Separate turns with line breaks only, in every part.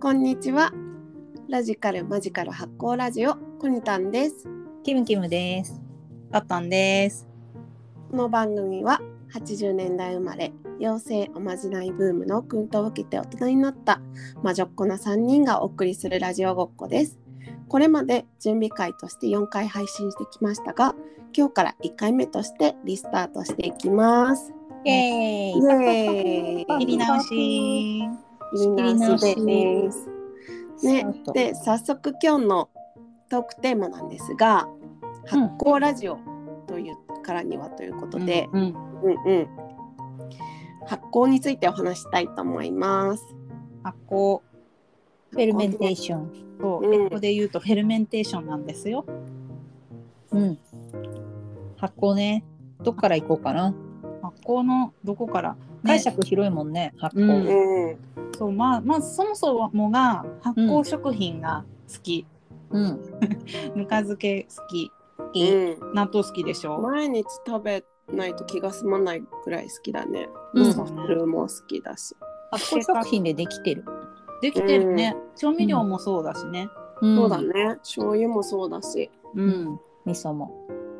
こんにちは。ラジカルマジカル発行ラジオコニタンです。
キムキムです。パッパンです。
この番組は80年代生まれ妖精おまじないブームの薫陶を受けて大人になった魔女っ子な3人がお送りするラジオごっこです。これまで準備会として4回配信してきましたが今日から1回目としてリスタートしていきます。
イエー
イ
イ。
エーイ
切り直し。
切り直しです。ね
スター、ト
で早速今日のトークテーマなんですが発酵ラジオというからにはということで、
うんうん
うんうん発酵についてお話したいと思います。
発酵フェルメンテーション。そう、
うん
英語で言うとフェルメンテーションなんですよ。うん。発酵ね。どっから行こうかな。発酵のどこから。解釈広いもんね。発
う
酵。
んうん
そうまあまずそもそもが発酵食品が好き、
うん。
ぬか漬け好き納豆好きでしょ、
毎日食べないと気が済まないくらい好きだね。
うん
味噌汁も好きだし。
発酵食品でできてる。
できてるね、調味料もそうだしね
そ
そう
だ。ね。醤油もそうだし。
う
うんん。味噌も。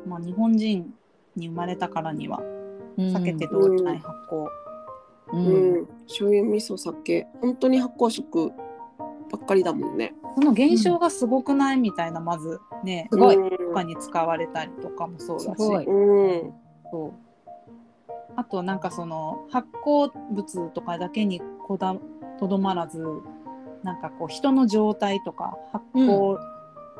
まあ、日本人に生まれたからには
うん
避けて通れない発酵、
う
う。
んん。醤油、味噌、酒。本当に発酵食ばっかりだもんね。
その現象がすごくないみたいなまずね
すごい
うん
他に使われたりとかもそうだし
すごい
うん。
そうあとなんかその発酵物とかだけにこだとどまらずなんかこう人の状態とか発酵、ま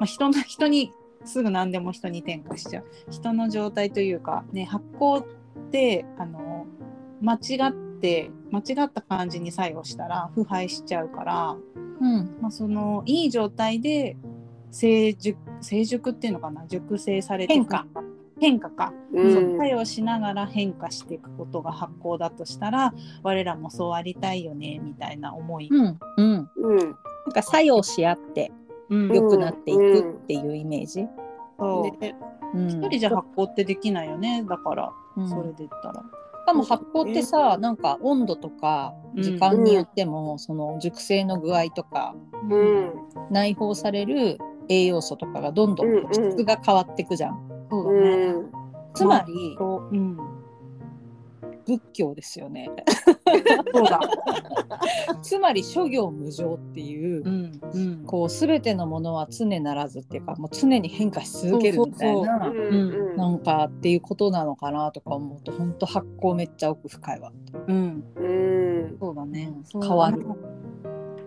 あ、人の人にすぐ何でも人に転化しちゃう人の状態というか、ね、発酵ってあの間違って間違った感じに作用したら腐敗しちゃうから、
うん。
まあ、そのいい状態で成熟成熟っていうのかな熟成されて
変化
変化か
う
そうん作用しながら変化していくことが発酵だとしたら我らもそうありたいよねみたいな思い、
うん。うん。
うん。
なんか作用し合って
うん
良くなっていくっていうイメージ。
そう
ね
うん
一人じゃ発酵ってできないよねだから、
うん
それで言ったら
しかも発酵ってさ、なんか温度とか時間によっても、その熟成の具合とか
うん。
内包される栄養素とかがどんど
うんうん
ん質が変わってくじゃん。
そうだね、
うん。
つまり
とうん、
仏教ですよね。
そうだ、
つまり諸行無常っていう。
うんうん、
こう全てのものは常ならずっていうかもう常に変化し続けるみたいな
うんうん
なんかっていうことなのかなとか思うと本当発酵めっちゃ奥深いわ。
うん、
うん。
そうだね
変わる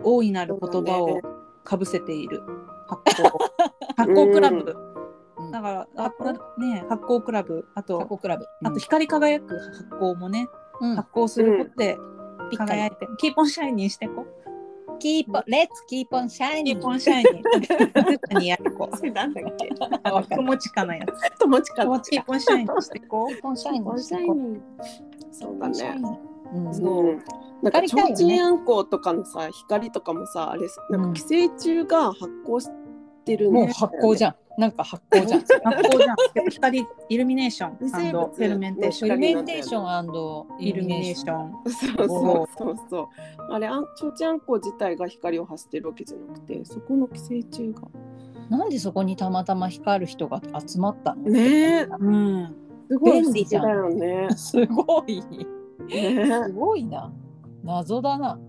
大いなる言葉をかぶせている発酵発酵クラブ、
うん
だからあね発酵クラブあと
発酵クラブ。
あと光り輝く発酵もね、
うん、
発酵することで
ピッカ
輝
リ
いて、キーポンシャイニーしてこう。
キーポン、レッツキーポンシャイ
キ
ニ
ーポ
ー。
ン シャイニー。にやってこう。
なんだっけ。
あの、くもちかなやつ。
友近
く
だ
も。ちキーポンシャイニーしてこ
キーポンシャイニ
オンシャイ
ー。
ニーそうだね。
うん
そ
うん。なんか
光り
提
たいよね
灯あんこうとかのさ光とかもさあれなん
うん
か寄生虫が発酵してるんだ
も
よ
う
ね
発酵じゃん。なんか発酵じゃん。
う。発酵じゃん。光イルミネーション。
微生物
フェルメンテーシ
イ
ョン。
ルミネーテーション
イルミネーション。
そうそうそうそうあれあん提灯あんこう自体が光を発してるわけじゃなくてそこの寄生虫が
なんでそこにたまたま光る人が集まったの
ねえ
うん。
すごい
便利じゃん
不思議だよね
すごい。
ね
すごいな。謎だな。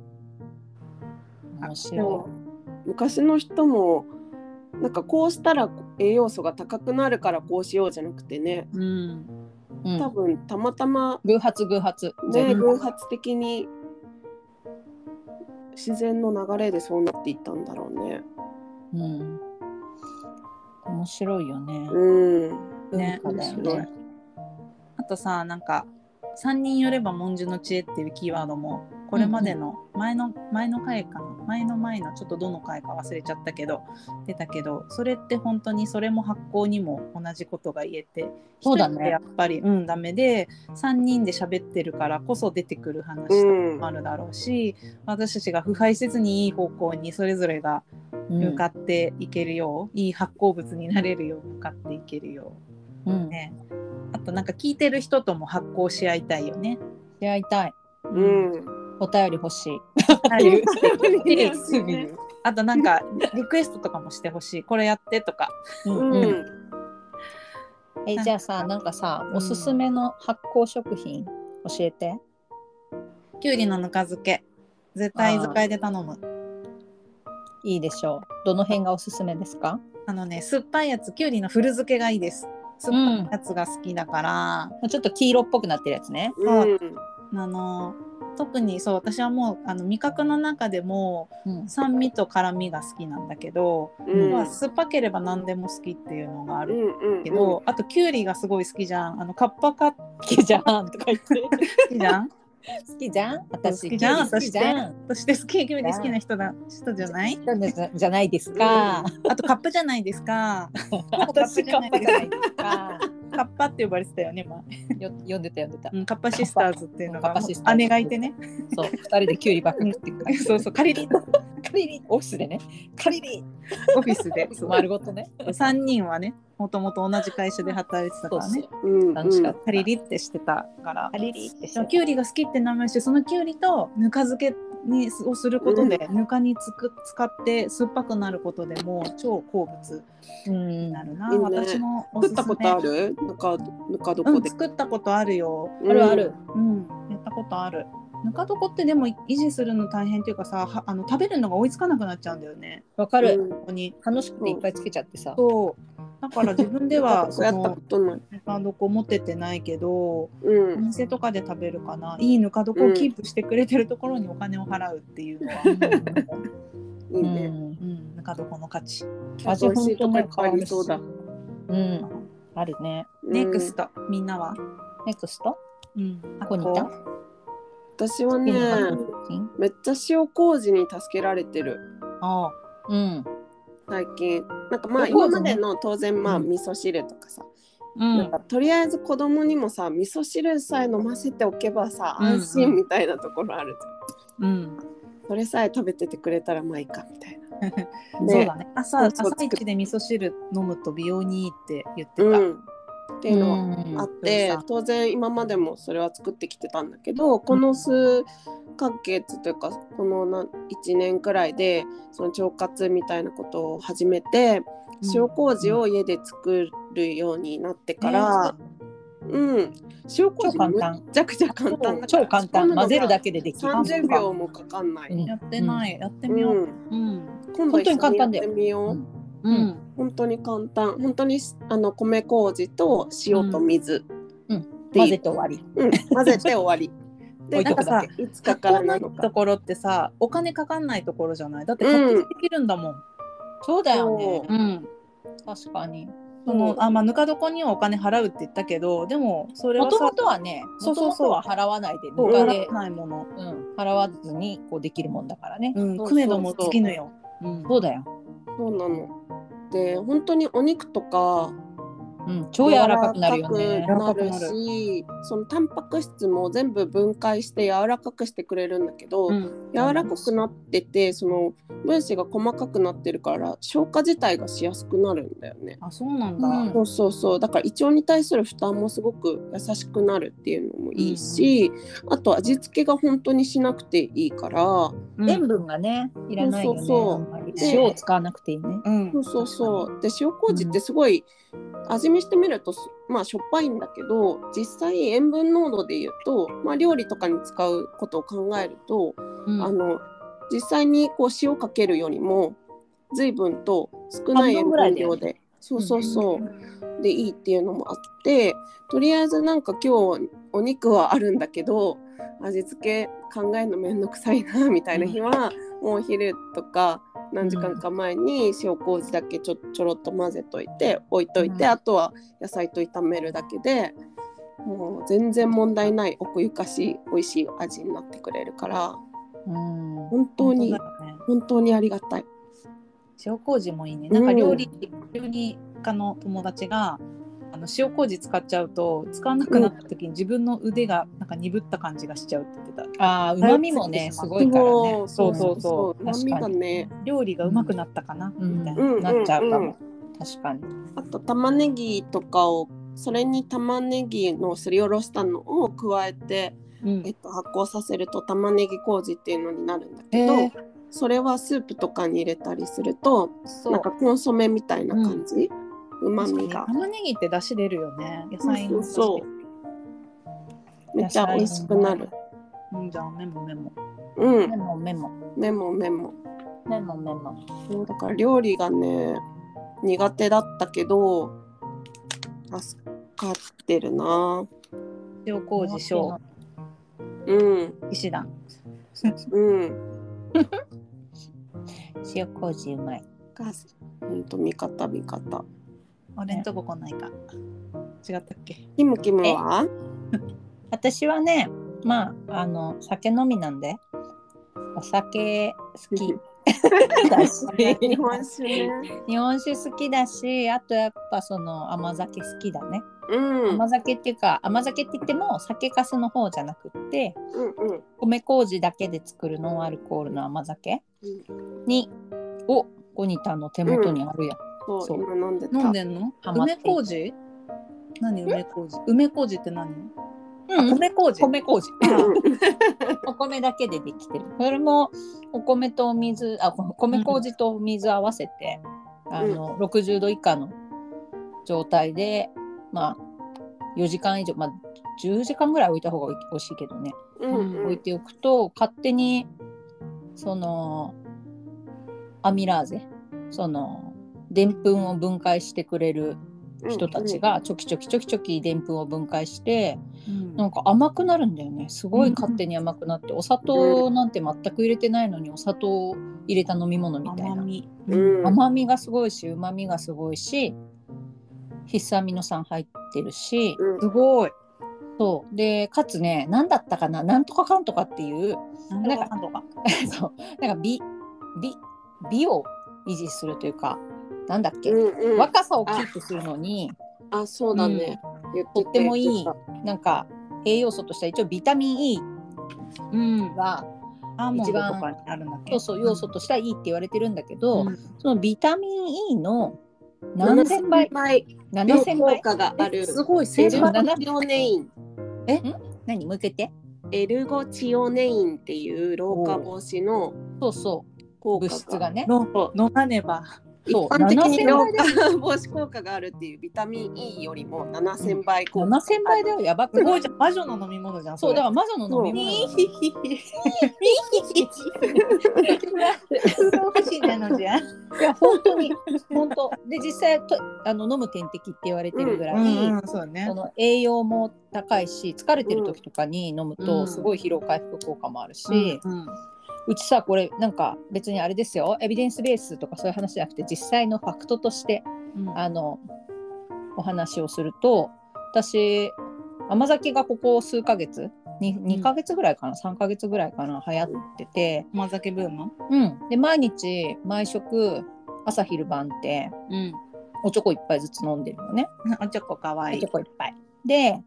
面
でも
白
昔の人もなんかこうしたら栄養素が高くなるからこうしようじゃなくてね
うん。
い。う
多
ん、
分たまたま
偶発偶発。
ね、
全部
偶発的に自然の流れでそうなっていったんだろうね。
うん。面白いよね。
うん。
ね
文化だよ
面白い
ね。
あとさ、なんか、三人よれば文殊の知恵っていうキーワードも、これまでの前の、前の回かな、前の前のちょっとどの回か忘れちゃったけど、出たけど、それって本当にそれも発酵にも同じことが言えて、
そうだね
一人ってやっぱり、うん、ダメで、三人で喋ってるからこそ出てくる話とか
うん
もあるだろうし、私たちが腐敗せずにいい方向にそれぞれが向かっていけるよう、いい発酵物になれるよう向かっていけるよう。
うん。うん。
ね、あとなんか聞いてる人とも発酵し合いたいよね。
出会いたい。
うん。
お便り欲しい。
っていう
うん
すぐ言う。
あとなんかリクエストとかもしてほしいこれやってとか
う ん
う
うん
ん。
えじゃあさなんかさ
うん
おすすめの発酵食品教えて。
きゅうりのぬか漬け絶対居酒屋で頼む
いいでしょう。どの辺がおすすめですか？
あのね酸っぱいやつきゅうりの古漬けがいいです酸っぱいやつが好きだから、
ちょっと黄色っぽくなってるやつね。
うん。
あの特にそう私はもうあの味覚の中でも
うん。
酸味と辛みが好きなんだけど、
うん。
まあ、酸っぱければ何でも好きっていうのがあ
う
る
ん。うん。
けど、あときゅうりがすごい好きじゃんあのカッパカ好
好きじゃんとか言って。
きじゃん
好きじゃん？私
好きじゃん
好きじゃん。
そして好ききゅうり好きな人だ人じゃない
なんでじゃじゃないですか。
あとカップじゃないですか
私カッパじゃない
カ
ですか。
ッパって呼ばれてたよね、まあ
よ読んでた読んでた。
うん、カッパシスターズっていうの
カ
が
ッパシスターズ
姉がい てね
そう二人でキュウリばっか食ってくから。
そうそう借りる
カリリオフィスでね。カリリ
オフィス でそう
丸ごとね。
3人はねもともと同じ会社で働いてた
そ
か
う
ら
そ
ね
う。
うん。
楽しかった。
カリリってしてたから
カリリってして
で
た
もきゅうりが好きって名前してそのきゅうりとぬか漬けにすをすることで、ぬかにつく使って酸っぱくなることでもう超好物
うん
になるな、
いいね
私もおす
作
す
っ
め
たことある？ぬかぬかど
う
こ
ん、
で？
作ったことあるよ、
うん
あるある。。
うん、やったことあるぬか床ってでも維持するの大変っていうかさはあの食べるのが追いつかなくなっちゃうんだよね
わかる、
うん
ここに
楽しくていっぱいつけちゃってさ。
そうだから自分 ではそ
やった
の
ことない。
ぬか床持ってってないけど
う
お
ん。
店とかで食べるかないいぬか床をキープしてくれてるところにお金を払うっていうのは、
いいうね。
ん、
うん、ぬか床の価値、
味
美味しいとこいっ
本
ぱ
当
い
ね
ありそうだ。
うん、あるね。
ネクストみんなは、
ネクスト、
うん、
コニタ
私はね、
うん、
めっちゃ塩麹に助けられてる
ああ
うん、
最近。なんかまあ
塩麹ね
今までの当然まあ
うん
味噌汁とかさ、
う
なん
ん、
かとりあえず子供にもさ味噌汁さえ飲ませておけばさ
うんうん
安心みたいなところあるじゃん、
うん、
それさえ食べててくれたらまあいいかみたいな。
そう
ね
だね朝
そうそう
朝一で味噌汁飲むと美容にいいって言ってた、
うん。っていうのはあっ
う
て
ん
当然今までもそれは作ってきてたんだけどこの数ヶ月というかこのな1年くらいでその腸活みたいなことを始めて塩麹を家で作るようになってから、うん塩麹
超簡
め
単
っちゃくちゃ簡単だから
超簡単、混ぜるだけでできる。
30秒もかかんない、
うん
やってない、やって
う
みよう、
ん
うん
今度一緒にやってみよう、
本
うん
う
本当に簡単本当にあの米麹と塩と水、
うん
っていう
混ぜて終わり。
うん、混ぜて終わり。
置
で、
い
な
と
んか
くだ
さ
け、
いつかからなの
と
か。
ころってさお金かかんないところじゃないだって確認できるんだもん、
そうだよね
そ。
ん
確かに。
そのあまあぬか床にはお金払うって言ったけどでもそれ
も
は
と
さ
もとはね、
そ
も
う
と
そう
も
そう
とは払わないで、
そう
ぬか
払
で
わ、ないもの、
うん、払わずにこうできるもんだからね。
うん、
そう
クメども尽きぬよ、うん
そうだよ。
そうなの。で、本当にお肉とか
うん、超柔らかくなるよね
柔。らかくなるし、そのタンパク質も全部分解して柔らかくしてくれるんだけど、
うん
柔らかくなってて、その分子が細かくなってるから消化自体がしやすくなるんだよね。
あそうなんだ、
うん
そうそうそうだから胃腸に対する負担もすごく優しくなるっていうのもいいし、あと味付けが本当にしなくていいから、
うん
塩分がね、いらないよね。
そうそうそう
あんまり塩を使わなくていいね。
うん
そうそうそう。で塩麹ってすごい、味見してみるとすまあしょっぱいんだけど実際塩分濃度で言うと、まあ、料理とかに使うことを考えると、
うん
あの実際にこう塩かけるよりも随分と少ない塩分
半分
量
ぐ
で、そうそうそうでいいっていうのもあってとりあえずなんか今日お肉はあるんだけど味付け考えるのめんどくさいなみたいな日は、もうお昼とか何時間か前に塩麹だけちょちょろっと混ぜといて置いといて、
うん
あとは野菜と炒めるだけでもう全然問題ない奥ゆかしい美味しい味になってくれるから
うん。
本当に
本当だよね
本当にありがたい。
塩麹もいいね
うん
なんか料理、料理家の友達があの塩麹使っちゃうと使わなくなった時に自分の腕がなんか鈍った感じがしちゃうって言ってた
ああ、うまみもね、すごいからね。
そう
そ
そうう
そ
そう。うまみがね。
料理がうまくなったかな、
うん
みたいな、
うん
なっちゃうか
うん
も。確かに。
あと玉ねぎとかをそれに玉ねぎのすりおろしたのを加えて
うん
えっと、発酵させると玉ねぎ麹っていうのになるんだけ
え
ど、
ー
それはスープとかに入れたりすると
そ
なんかコンソメみたいな感じうま、みが
玉ねぎって出汁出るよね。野
そう
菜
そ
の
うそうめっちゃ美味しくなる
うん、じゃあメモメモ。
う
メ
ん
モメモ
メモメモ
メモメモ。
そうだから料理がね苦手だったけど助かってるな
塩麹小
うん
石段。
うん
塩麹うまい。
がほんと味方味方
俺んとこ来ないか。違ったっけ
キムキムは
私はね、まああの酒飲みなんで、お酒 好きだし、
日本酒ね
日本酒好きだし、あとやっぱその甘酒好きだね。
うん
甘酒っていうか甘酒って言っても酒粕の方じゃなくって
うんうん
米麹だけで作るノンアルコールの甘酒
うん
にをゴニタの手元にあるやん、
そう
そう
今飲んでた
飲んでんの
ハマって
梅麹何梅麹梅�麹って何
うんうん
米麹
米麹
うん
お米だけでできてるそれもお米とお水あこ米麹とお水合わせて、あの60度以下の状態でまあ4時間以上まあ10時間ぐらい置いた方が美味しいけどね
うんう
置い
ん
ておくと勝手にそのアミラーゼそのでんぷんを分解してくれる人たちがちょきちょきちょきちょきでんぷんを分解してなんか甘くなるんだよねすごい勝手に甘くなってお砂糖なんて全く入れてないのにお砂糖を入れた飲み物みたい
甘
な
み
うん
甘みがすごいしうまみがすごいし必須アミノ酸入ってるし
うん
すごい
そうでかつね何だったかななんとかかんとかっていうなんか
なんとか
そうなんか美美美を維持するというかなんだっけ、
うんうん
若さをキープするのに
あそうだね言ってた
とってもい
言
い
た
なんか栄養素としては一応ビタミン E
うん
が、
アーモンドとかにあるんだっけ
そうそう要素としてはいいって言われてるんだけど、
うん
そのビタミン E の何千倍
7000倍の
7000
効
倍
果がある
すご
エ
い成
ル
千
ゴ
倍
分
チオネイン
何向けて
エルゴチオネインっていう老化防止の
そうそう
効果
物質がね
飲まねば
一
そう
般的に
7000
老
倍
化防止効果があるっていうビタミン E よりも7000倍効果
7000倍だよやばく
す
な
ご
い
いじゃん魔女の飲み物じゃん
そうだから
か
魔女の飲み物だよ
不思議なのじゃ
いや本当に本当で実際とあの飲む点滴って言われてるぐらい、
うんうんそうだね
その栄養も高いし疲れてる時とかに飲む
う
と
ん
すごい疲労回復効果もあるし、う
うん
ちさこれなんか別にあれですよエビデンスベースとかそういう話じゃなくて実際のファクトとして
うん
あのお話をすると私甘酒がここ数ヶ月 2, 2ヶ月ぐらいかな3ヶ月ぐらいかな流行ってて、
甘酒ブーム
うん、で毎日毎食朝昼晩って
うん
おちょこ一杯ずつ飲んでるのね。
おちょこかわい
おち
い
ょこいっぱい。で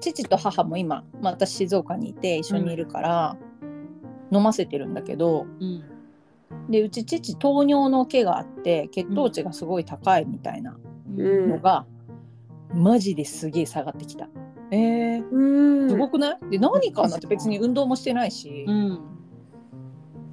父と母も今、まあ、私静岡にいて一緒にいるから、飲ませてるんだけど
うん
でうち父糖尿の毛があって血糖値がすごい高いみたいな
う
のが、マジですげえ下がってきた。
えー
うん
すごくないで何かなって別に運動もしてないし、
うん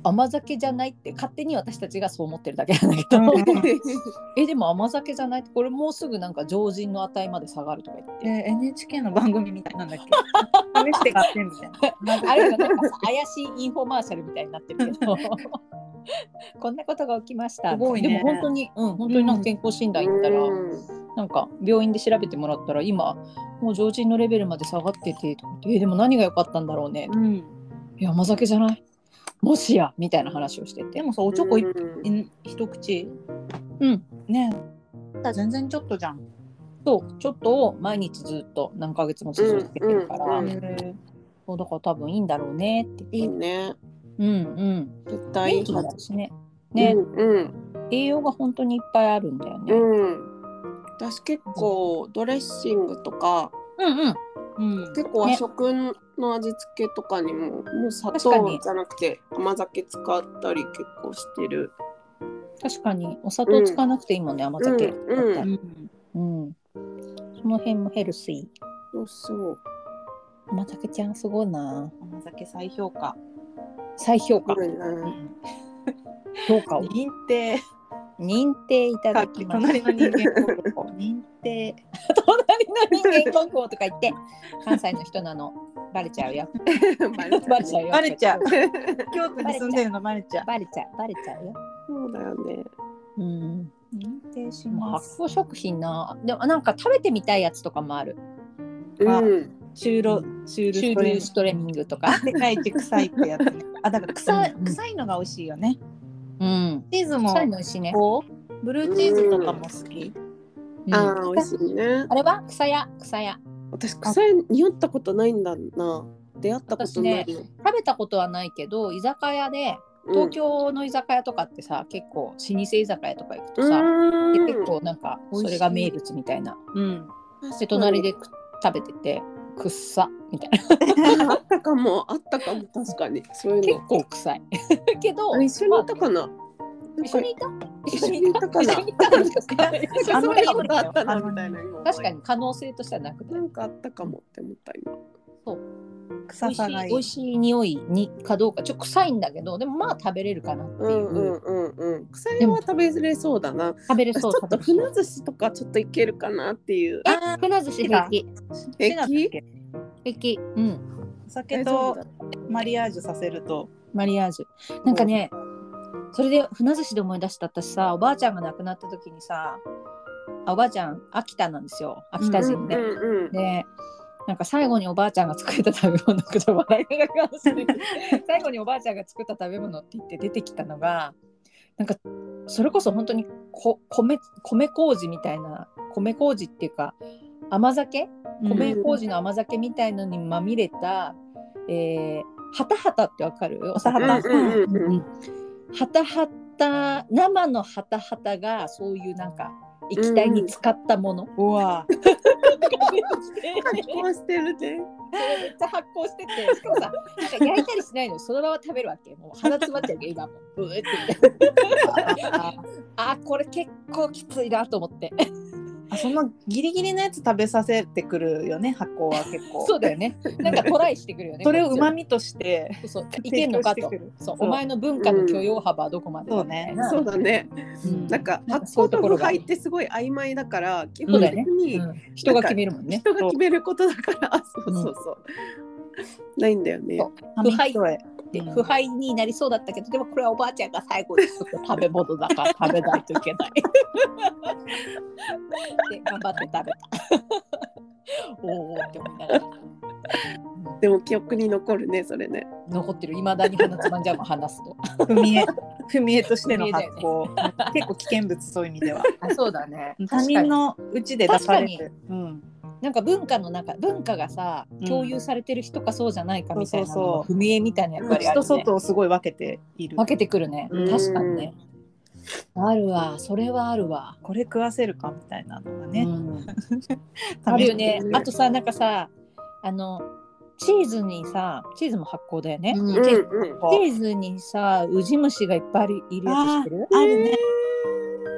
甘酒じゃないって勝手に私たちがそう思ってるだけなんだけど、 えでも甘酒じゃないってこれもうすぐなんか常人の値まで下がるとか言って
え。ー NHK の番組みたいなんだっ け試して買ってみたいな。
あれがなんかさ怪しいインフォマーシャルみたいになって るけどこんなことが起きました
すごいね
でも本当にうん本当になんか健康診断行ったら、
うん
なんか病院で調べてもらったら今もう常人のレベルまで下がっててとか言ってえでも何が良かったんだろうね、
うん、
いや甘酒じゃないもしやみたいな話をして
で
て
もさおちょこ一
うん
ん一口
うん
ねえ全然ちょっとじゃん。
そうちょっとを毎日ずっと何ヶ月も続けてるから、
うん
そうだから多分いいんだろうねって
い
言
い
って
ね
うんうん
絶対い
元
い
気
は
も
ず
だしねね、
うん
栄養が本当にいっぱいあるんだよね、
うんうん私結構ドレッシングとか
うんうん
うん
結構和
ね
食の味付けとかにももう砂
確か
糖
に
じゃなくて甘酒使ったり結構してる
確かにお砂糖使わなくていいもんね、甘酒だったら
うん
うん
うんその辺もヘルシー
そうそう
う甘酒ちゃんすごいな。
甘酒再評価
再評価、
いな。
評価を
認定
認定いた
さ
だ
っ
き
き
まし
隣の人間国
た。認定 隣の人間国宝とか言って関西の人なのバレちゃうよ。
バレ
バレちゃう
う
よ。
バレちゃう。 京都に住んでるのバレちゃう
バレちゃう。バレちゃうよ。
そうだよね。
うん。
認定し
まあ
ま
発
す
酵食品な。でもなんか食べてみたいやつとかもある。
あ
うん。
シューロシュール
シュ
ス
ー
トレ
ル
ン
ストレミングとか。
世界一臭いってやつ ねあだから臭い
うん
臭いのが美味しいよね
うん。
チーズも
臭いの美味しいね。
こうブルーチーズとかも好き
うん
ああ、美味しいね。
あれは草屋草屋。
私、臭い匂ったことないんだな。出会ったことない。
私食べたことはないけど居酒屋で東京の居酒屋とかってさ、結構老舗居酒屋とか行くと
う
さ、
ん、
で
うん
結構なんかそれが名物みたいな。
うん
で隣でく食べててくっさみたい
あ
な。
あったかも、あったかも、確かに。そういう
結
の。
構臭い。 けど
あ一緒にいたかな。
まあ一緒にいた
一緒にいたかな
一緒にいたもしかして
なんか
あの
そう
人
いうことあったな
あの人
みたいな。今思い
確かに。可能性としてはなくて
なんかあったかもって思った今。
臭さがいい
美味しい匂いにかどうかちょっと臭いんだけどでもまあ食べれるかなって
う
い
ん
う、
うんうんうん。臭いは食べれそうだな。
食べれ
私ち
そ
ょ
う
っと
食べれ
船寿司とかちょっといけるかなっていう。
そうえ船寿司平気
平気
平気うん
お酒
大丈夫
と
だ
マリアージュさせると
マリアージュなんかねそれで船寿司で思い出した私さおばあちゃんが亡くなった時にさあおばあちゃん秋田なんですよ秋田
う
人
ん
で、
うんうん。
でなんか最後におばあちゃんが作った食べ物ちょっと笑いながら 話してる最後におばあちゃんが作った食べ物って言って出てきたのがなんかそれこそ本当にこ米米麹みたいな米麹っていうか甘酒米
うん
麹の甘酒みたいのにまみれた、えーハタハタってわかるお
うん
魚、
うんうんうん。
ハタハタ生のハタハタがそういうなんか液体に使ったもの、
うわ
発酵してるね。
めっちゃ発酵しててしかもさなんか焼いたりしないのにそのまま食べるわけもう鼻詰まっちゃうけど今もうブーって
あ
あーこれ結構きついなと思って
あそのギリギリのやつ食べさせてくるよね発酵は結構
そうだよねなんかトライしてくるよね
それをうま
み
みとして
そういけんのかと
提供してくる
そう
そう
お前の文化の許容幅はどこまでだ
そうね
みたいな
そうだね。
うん
なんか
なんか
発
そう
酵
いうと
と
ころ
腐
が
敗ってすごい曖昧だから、基
そう
本
だよ
的
ね
に
うん人が決めるもんね
人が決めることだから、 そうそうそう。ないんだよね。
そう
紙一重
で
うん
腐敗になりそうだったけどでもこれはおばあちゃんが最後に作った食べ物だから食べないといけない で頑張って食べた おーおーって思いながら
でも記憶に残るね、それね。
残ってる未だに鼻つまんじゃうもん話すと
踏み絵踏み絵としての発
踏み
酵、結構危険物そういう意味では
あそうだね
他人のうちで出され
確
る、うん、
なんか文化の中文化がさ共有されてる人かそうじゃないかみたいなの
そうそ
の
うそ
踏み絵みたいなやっぱり
内
ある
と
ね
外をすごい分けている
分けてくるね
うん
確かにねあるわそれはあるわ
これ食わせるかみたいなのが
う
ね、
んある
食べ
よ
て
ね
う。ん
あとさ、なんかさ、あの、チーズにさ、チーズも発酵だよね。
う
うん
ん
うん。
チーズにさ、ウジ虫がいっぱいあるいるやつ知ってる
あるね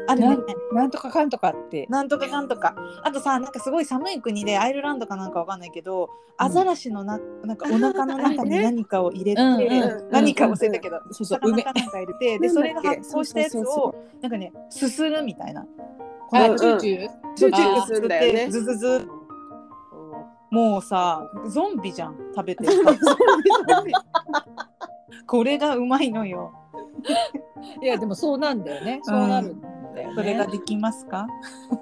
あるね
なんとかかんとかって。
なんとかかんとかあとさなんかすごい寒い国でアイルランドかなんかわかんないけど、アザラシのななんかお腹の中に何かを入れて、
うんうん
何か忘れたけど、
そうそう、
魚
梅。
かなんか入れてで
なん
そ
だっけ
れが発酵したやつ
そうそう
をなんかねすするみたいな
の
あ、チューチュー。
チューチュ
あ
ーするんだよね。
ズズズもうさゾンビじゃん食べ てるこれがうまいのよ
いや、でもそうなんだよね。そうなるんだよね。
それができますか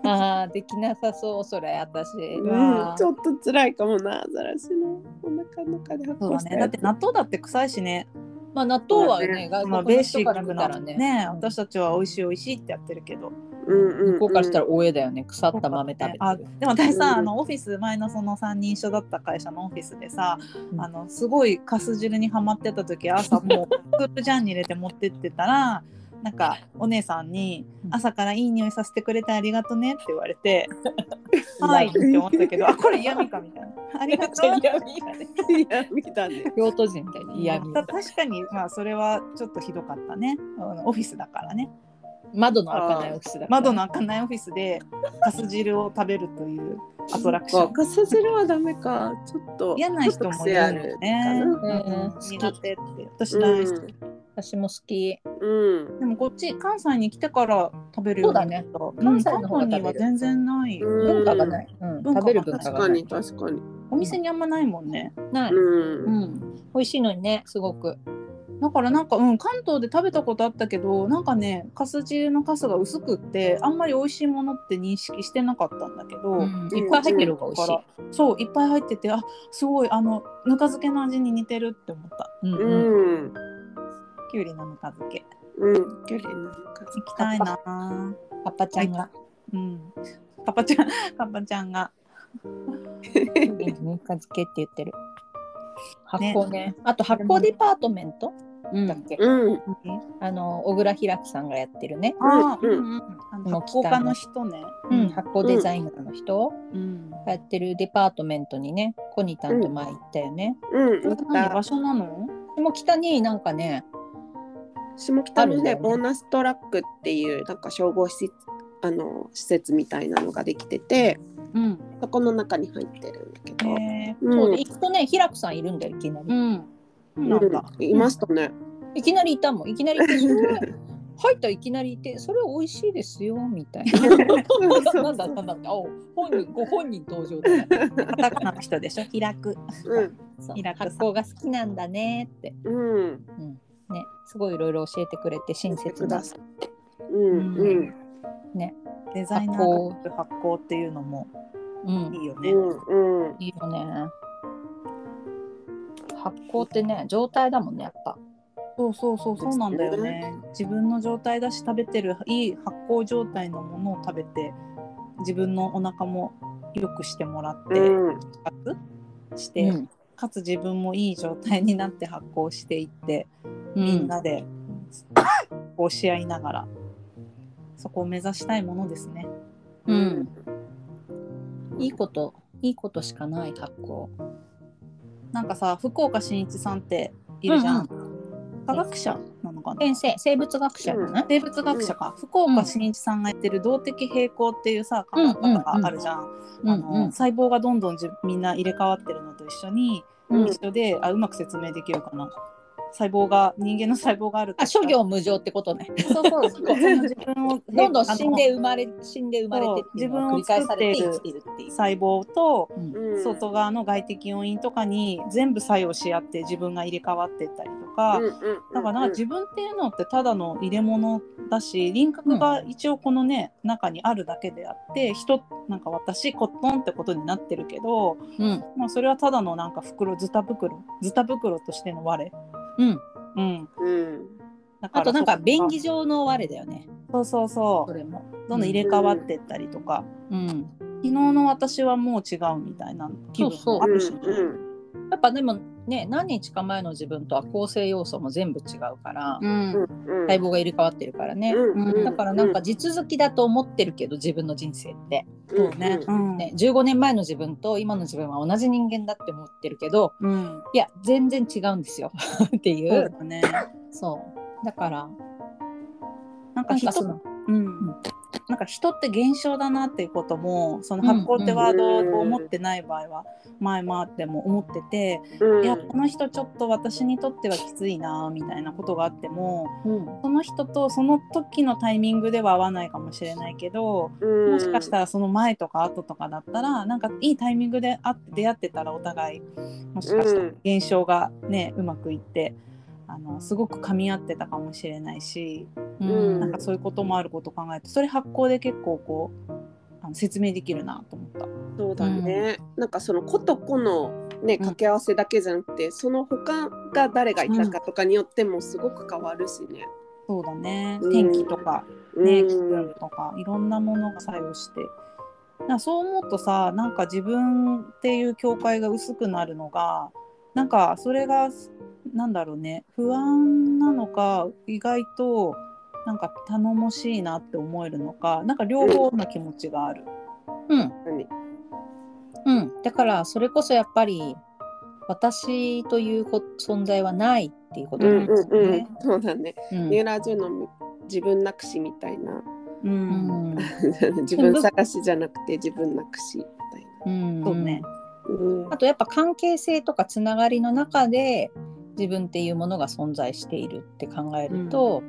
ああ、できなさそう、それ、私。
う
わ
ん、ちょっと辛いかもな、アザラシのお腹の中で発
そう
酵
だ
した
ねだっ
やつ
て納豆だって臭いしね
まあ、納豆は
そうだ
ね、外
まあ
国
ベ
の
ーシ
人から
ック
見たら
な
ね。
ね
うん
私たちは美味しい美味しいってやってるけど
うんうんうん
向こうからしたら、おえだよね。腐った豆食べ て
あ
る。
でも私
うん
さあのオフィス前のその3人一緒だった会社のオフィスでさ、
うん
あのすごいかす汁にはまってた時朝もうクールジャンに入れて持ってってたらなんかお姉さんに
う
「
ん
朝からいい匂いさせてくれてありがとね」って言われ て「
うん
はい」って思ったけど「あこれ嫌味か」みたいな「ありが とう」
嫌味だ ね
いや、見た ね。
京都人みたいな嫌味
た確かにまあそれはちょっとひどかったねあのオフィスだからね
窓の開かないオフィスだから
窓の開かないオフィスでかす汁を食べるというアトラクション
かす汁はダメかちょっと
嫌な人もいるんだよね
ちょっと
癖あるかなうん
うん
好
苦
き
手って私大好き、
私も好き
うん
でもこっち関西に来てから食べるようになった
うだね
うん
関西
関
の方が食
東
べ
に
る
は全然ない、
うん
文化がない、うん
文化
食べる文化
確
が
か
な
に
い
確かに
お店にあんまないもんね、
ない、
うん
うん、
美味しいのにねすごく
だからなんか、うん、関東で食べたことあったけどなんかねかす汁のかすが薄くってあんまり美味しいものって認識してなかったんだけど、
うんいっぱい入ってる方が美味しい
だ。からそういっぱい入っててあすごいあのぬか漬けの味に似てるって思った
うん
う
うん
ん
きゅうりのぬか漬け
うん距離の感
行きたいな
パパちゃんが。
うんパパちゃんパパちゃんが
ぬか漬けって言ってる。発酵ね。あと発酵デパートメント
うん
だっけ、
うん
あの小倉平木さんがやってるね。
あ
う
ー
ん
うんうんあの発酵家の人ね
うん、発酵デザイナーの人
うん
がやってるデパートメントにね、コニタンと前行ったよね。
うん
それ何
行
場
った
所なの
でも北になんかね、
下北の
あるん
ね
だよね
ボーナストラックっていうなんか総合施設あの施設みたいなのができてて
うん
そこの中に入ってるんだけど、
え
うん
そうで行くとね、平木さんいるんだよ、いきなり。
うんそう
う
なんんだ
いましたね、
いきなりいたもん、いきなりいて、それ入ったいきなりいて、それ美味しいですよ、みたいな。なんだなんだって、あ本人、ご本人登場だね。
カタカナの人でしょ開く
うん
そう
平子さん
発酵が好きなんだねって、
うん
ね、すごいいろいろ教えてくれて親切
くだ
な
さってうんうん
デザイナーが発酵っていうのも
うん
いいよ
う
ね
んうん
いいよね発酵ってね状態だもんねやっぱ
そうそうそうそうなんだよね。自分の状態だし食べてるいい発酵状態のものを食べて自分のお腹も良くしてもらって復
うん
活して、かつ自分もいい状態になって発酵していってみんなでこうし合いながらそこを目指したいものですね。
うんいいこといいことしかない発酵
なんかさ福岡伸一さんっているじゃん。科学者なのかな
先生生物学者じゃない、
生物学者か、福岡伸一さんがやってる動的平衡っていうさ考え方があるじゃん。
うん
あの細胞がどんどんじみんな入れ替わってるのと一緒に、
うん
一緒であうまく説明できるかな細胞が人間の細胞がある
あ諸行無常って ことね
そうそうその自分を
どんどん死ん
あ
で生まれ死んで生まれてっていうのを繰り返されて
そう
生
自分を
きてるってい
の
う、
細胞と
うん
うん
外側の外的要因とかに全部作用し合って自分が入れ替わってったりとか、
うんうん
だから自分っていうのってただの入れ物だし輪郭が一応このね、中にあるだけであって人なんか私コットンってことになってるけど、
うん
まあ、それはただのなんか袋ズタ袋ズタ袋としての我、
うん、
うん、
うん
だから
あとなんか
そこが
便宜上の我だよね
そうそう
そ
そ
うれも
どんどん入れ替わってったりとか、
うん
昨日の私はもう違うみたいな気分
そうそう
もあるし、
うん
やっぱでもね何日か前の自分とは構成要素も全部違うから、
うん
うん
細胞が入れ替わってるからね、
うん
だからなんか地続きだと思ってるけど自分の人生って、
そうね、うん
ね、15年前の自分と今の自分は同じ人間だって思ってるけど
うん、
いや全然違うんですよ ってい
そう
う
だね
そうだから
な
な
んか
んか
人
その
うん、なんか人って現象だなっていうこともその発酵ってワードを思ってない場合は前もあっても思ってて、
うん
いやこの人ちょっと私にとってはきついなみたいなことがあっても
うん
その人とその時のタイミングでは合わないかもしれないけど
うん
もしかしたらその前とか後とかだったらなんかいいタイミングで会って出会ってたらお互いもしかしたら現象がねうまくいってあのすごく噛み合ってたかもしれないし。
うん
うん
なんかそういうこともあることを考えてそれ発行で結構こうあの説明できるなと思った。
そうだね、なんかその子と子のね
ん
掛け合わせだけじゃなくて、その他が誰がいたかとかによってもすごく変わるしね。
そうだね
うん
天気とか、
うん
ね、気分とかいろんなものが作用してだからそう思うとさなんか自分っていう境界が薄くなるのがなんかそれがなんだろうね不安なのか意外となんか頼もしいなって思えるのかなんか両方の気持ちがある。
うん
何
うん、だからそれこそやっぱり私というこ存在はないっていうこと
うん
なん
う
ですよ
んう
ね
ん。そうだね。
うん
三浦淳の自分なくしみたいな
う、
うんん
自分探しじゃなくて自分なくしみたいな。
うん
そうね。
うん
あとやっぱ関係性とかつながりの中で自分っていうものが存在しているって考えると、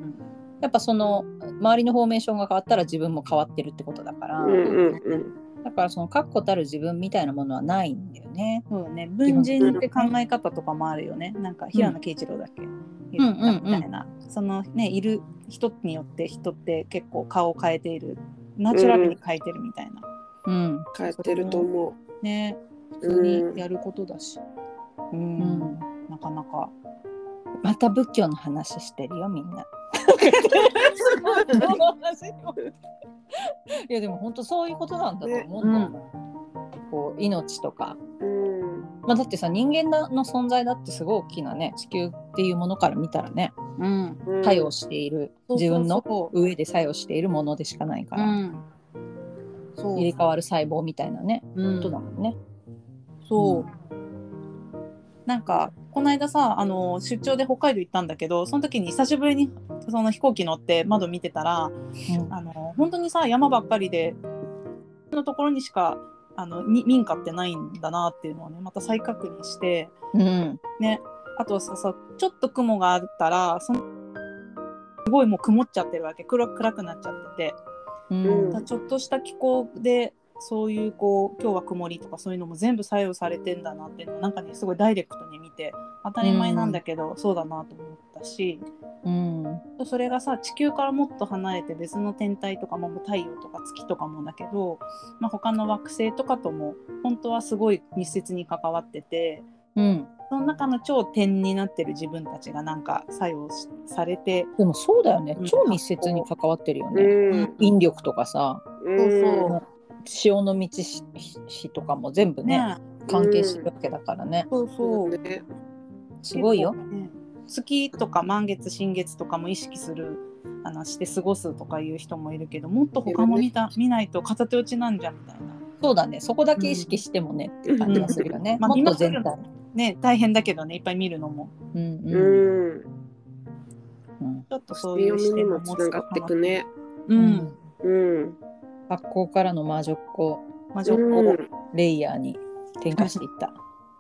やっぱその周りのフォーメーションが変わったら自分も変わってるってことだから、
うんうんうん
だからその確固たる自分みたいなものはないんだよね。
そうだね文人って考え方とかもあるよねなんか平野啓一郎だっけ、言ったみたいな、そのねいる人によって人って結構顔を変えているナチュラルに変えてるみたいな、
うん
変えてると思
ね
う。
普通
うん
にやることだし、
う
う
んん、
なかなか
また仏教の話してるよみんな。 いやでも本当そういうことなんだと思うんだよねこう命とか
うん
まあ、だってさ人間の存在だってすごい大きなね地球っていうものから見たらね
うん
うん
作用している、
そうそうそう
自分の上で作用しているものでしかないから、
そう
入れ替わる細胞みたいなね、
うん
ことだもんね。
そう、
うん
なんかこの間さあの出張で北海道行ったんだけどその時に久しぶりにその飛行機乗って窓見てたらあの本当にさ山ばっかりでのところにしかあのに民家ってないんだなっていうのをねまた再確認して
うんうん
ねあとささちょっと雲があったらそのすごいもう曇っちゃってるわけ暗暗くなっちゃって
う
て
ん
だからちょっとした気候でそういうこう今日は曇りとかそういうのも全部作用されてんだなっていうのをなんかねすごいダイレクトに見て当たり前なんだけど、そうだなと思ったし
うん
それがさ地球からもっと離れて別の天体とかも太陽とか月とかもだけど、まあ、他の惑星とかとも本当はすごい密接に関わってて
うん
その中の超点になってる自分たちがなんか作用しされて
でもそうだよね
うん
超密接に関わってるよ
う
ね、
ん
引力とかさ
うん
そう
潮の満ちししとかも全部ね
ね
関係してるわけだからね、
そう
そ
そうう
ね。
すごいよ。
結構ね月とか満月新月とかも意識するあのして過ごすとかいう人もいるけどもっと他も見た見ないと片手落ちなんじゃみたいな。
そうだねそこだけ意識してもねっていう感じがするよね、
うんまあ
もっと全体、
ね、大変だけどねいっぱい見るのも
うん
う
うん
ん。
うん
ちょっとそういう
読
視
みに
点
も
を
つ
持
な
つ
が
と
ってくね。
うん、
うん。
学校からの魔女っ子
魔女っ子、
うん。
レイヤーに転化していった。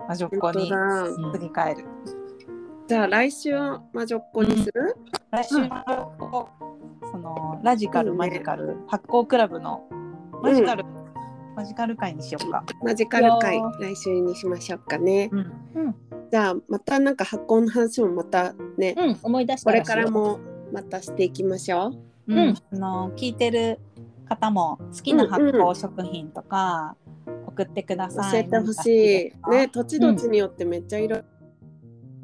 魔女っ子
本当
に
だ。
すり替える。
じゃあ来週は魔女っ子にする？
来週は、そのラジカル、
うん
マジカル発行クラブのマジカル、マジカル会にしようか。
マジカル会
いや
来週にしましょうかね。
うん、
じゃあまたなんか発酵の話もまたね、
うん、思い出し
こ
た
れ
らし
か
よう
らもまたしていきましょう。
うんあの聞いてる方も好きな発酵食品とか送ってくだ
教
さい。
えてほし
何か好
い。
きで
ね、
すか。
土地土地によってめっちゃいろいろ。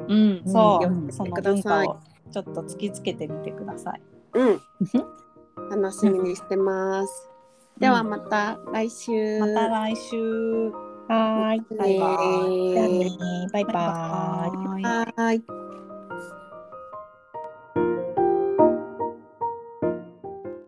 うん、そう、
うん
その
くだ
文
さ
化
い
をちょっと突きつけてみてください。
うん。楽しみにしてます。ではまた来週。
また来週。
はーい。
バイバイ。
じゃあねバイバイ。
バイバイ
はーい。